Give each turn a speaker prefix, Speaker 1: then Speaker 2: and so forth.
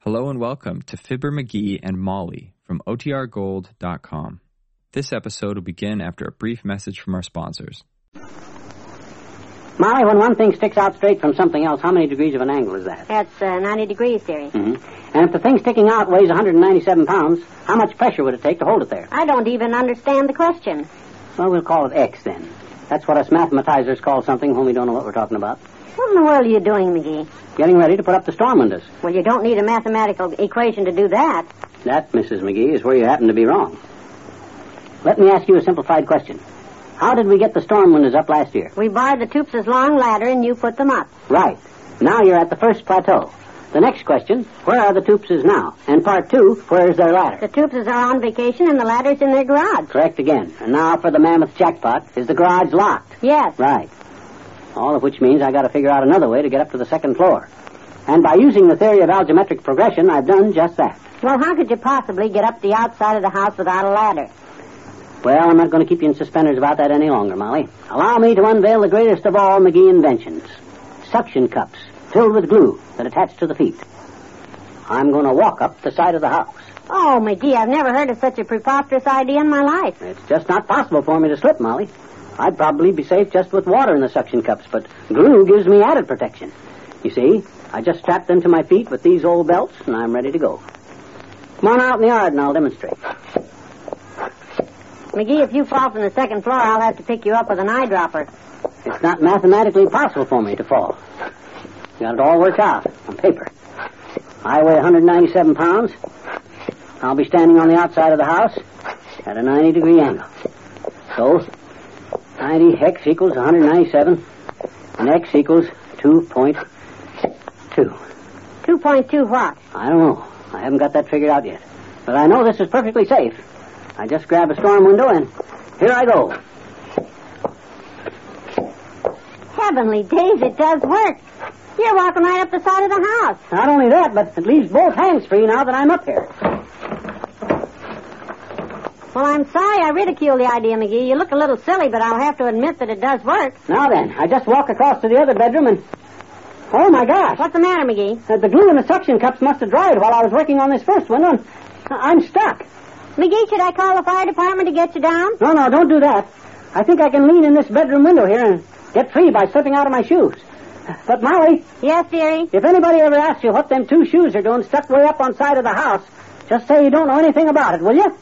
Speaker 1: Hello and welcome to Fibber McGee and Molly from OTRGold.com. This episode will begin after a brief message from our sponsors.
Speaker 2: Molly, when one thing sticks out straight from something else, how many degrees of an angle is that?
Speaker 3: That's uh, 90 degrees, dearie.
Speaker 2: And if the thing sticking out weighs 197 pounds, how much pressure would it take to hold it there?
Speaker 3: I don't even understand the question.
Speaker 2: Well, we'll call it X then. That's what us mathematizers call something when we don't know what we're talking about.
Speaker 3: What in the world are you doing, McGee?
Speaker 2: Getting ready to put up the storm windows.
Speaker 3: Well, you don't need a mathematical equation to do that.
Speaker 2: That, Mrs. McGee, is where you happen to be wrong. Let me ask you a simplified question. How did we get the storm windows up last year?
Speaker 3: We borrowed the Toops' long ladder and you put them up.
Speaker 2: Right. Now you're at the first plateau. The next question, where are the Toopses now? And part two, where is their ladder?
Speaker 3: The Toopses are on vacation and the ladder's in their garage.
Speaker 2: Correct again. And now for the mammoth jackpot. Is the garage locked?
Speaker 3: Yes.
Speaker 2: Right. All of which means I gotta figure out another way to get up to the second floor. And by using the theory of algebraic progression, I've done just that.
Speaker 3: Well, how could you possibly get up the outside of the house without a ladder?
Speaker 2: Well, I'm not going to keep you in suspenders about that any longer, Molly. Allow me to unveil the greatest of all McGee inventions. Suction cups filled with glue that attach to the feet. I'm going to walk up the side of the house.
Speaker 3: Oh, McGee, I've never heard of such a preposterous idea in my life.
Speaker 2: It's just not possible for me to slip, Molly. I'd probably be safe just with water in the suction cups, but glue gives me added protection. You see, I just strap them to my feet with these old belts, and I'm ready to go. Come on out in the yard, and I'll demonstrate.
Speaker 3: McGee, if you fall from the second floor, I'll have to pick you up with an eyedropper.
Speaker 2: It's not mathematically possible for me to fall. Got it all worked out on paper. I weigh 197 pounds. I'll be standing on the outside of the house at a 90 degree angle. So, 90 hex equals 197, and x equals 2.2.
Speaker 3: 2.2 what?
Speaker 2: I don't know. I haven't got that figured out yet. But I know this is perfectly safe. I just grab a storm window and here I go.
Speaker 3: Heavenly days, it does work. You're walking right up the side of the house.
Speaker 2: Not only that, but it leaves both hands free now that I'm up here.
Speaker 3: Well, I'm sorry I ridicule the idea, McGee. You look a little silly, but I'll have to admit that it does work.
Speaker 2: Now then, I just walk across to the other bedroom and. Oh my gosh!
Speaker 3: What's the matter, McGee?
Speaker 2: Uh, the glue in the suction cups must have dried while I was working on this first window, and I- I'm stuck.
Speaker 3: McGee, should I call the fire department to get you down?
Speaker 2: No, no, don't do that. I think I can lean in this bedroom window here and get free by slipping out of my shoes. But Molly,
Speaker 3: Yes, dearie.
Speaker 2: if anybody ever asks you what them two shoes are doing stuck way up on side of the house, just say you don't know anything about it, will you?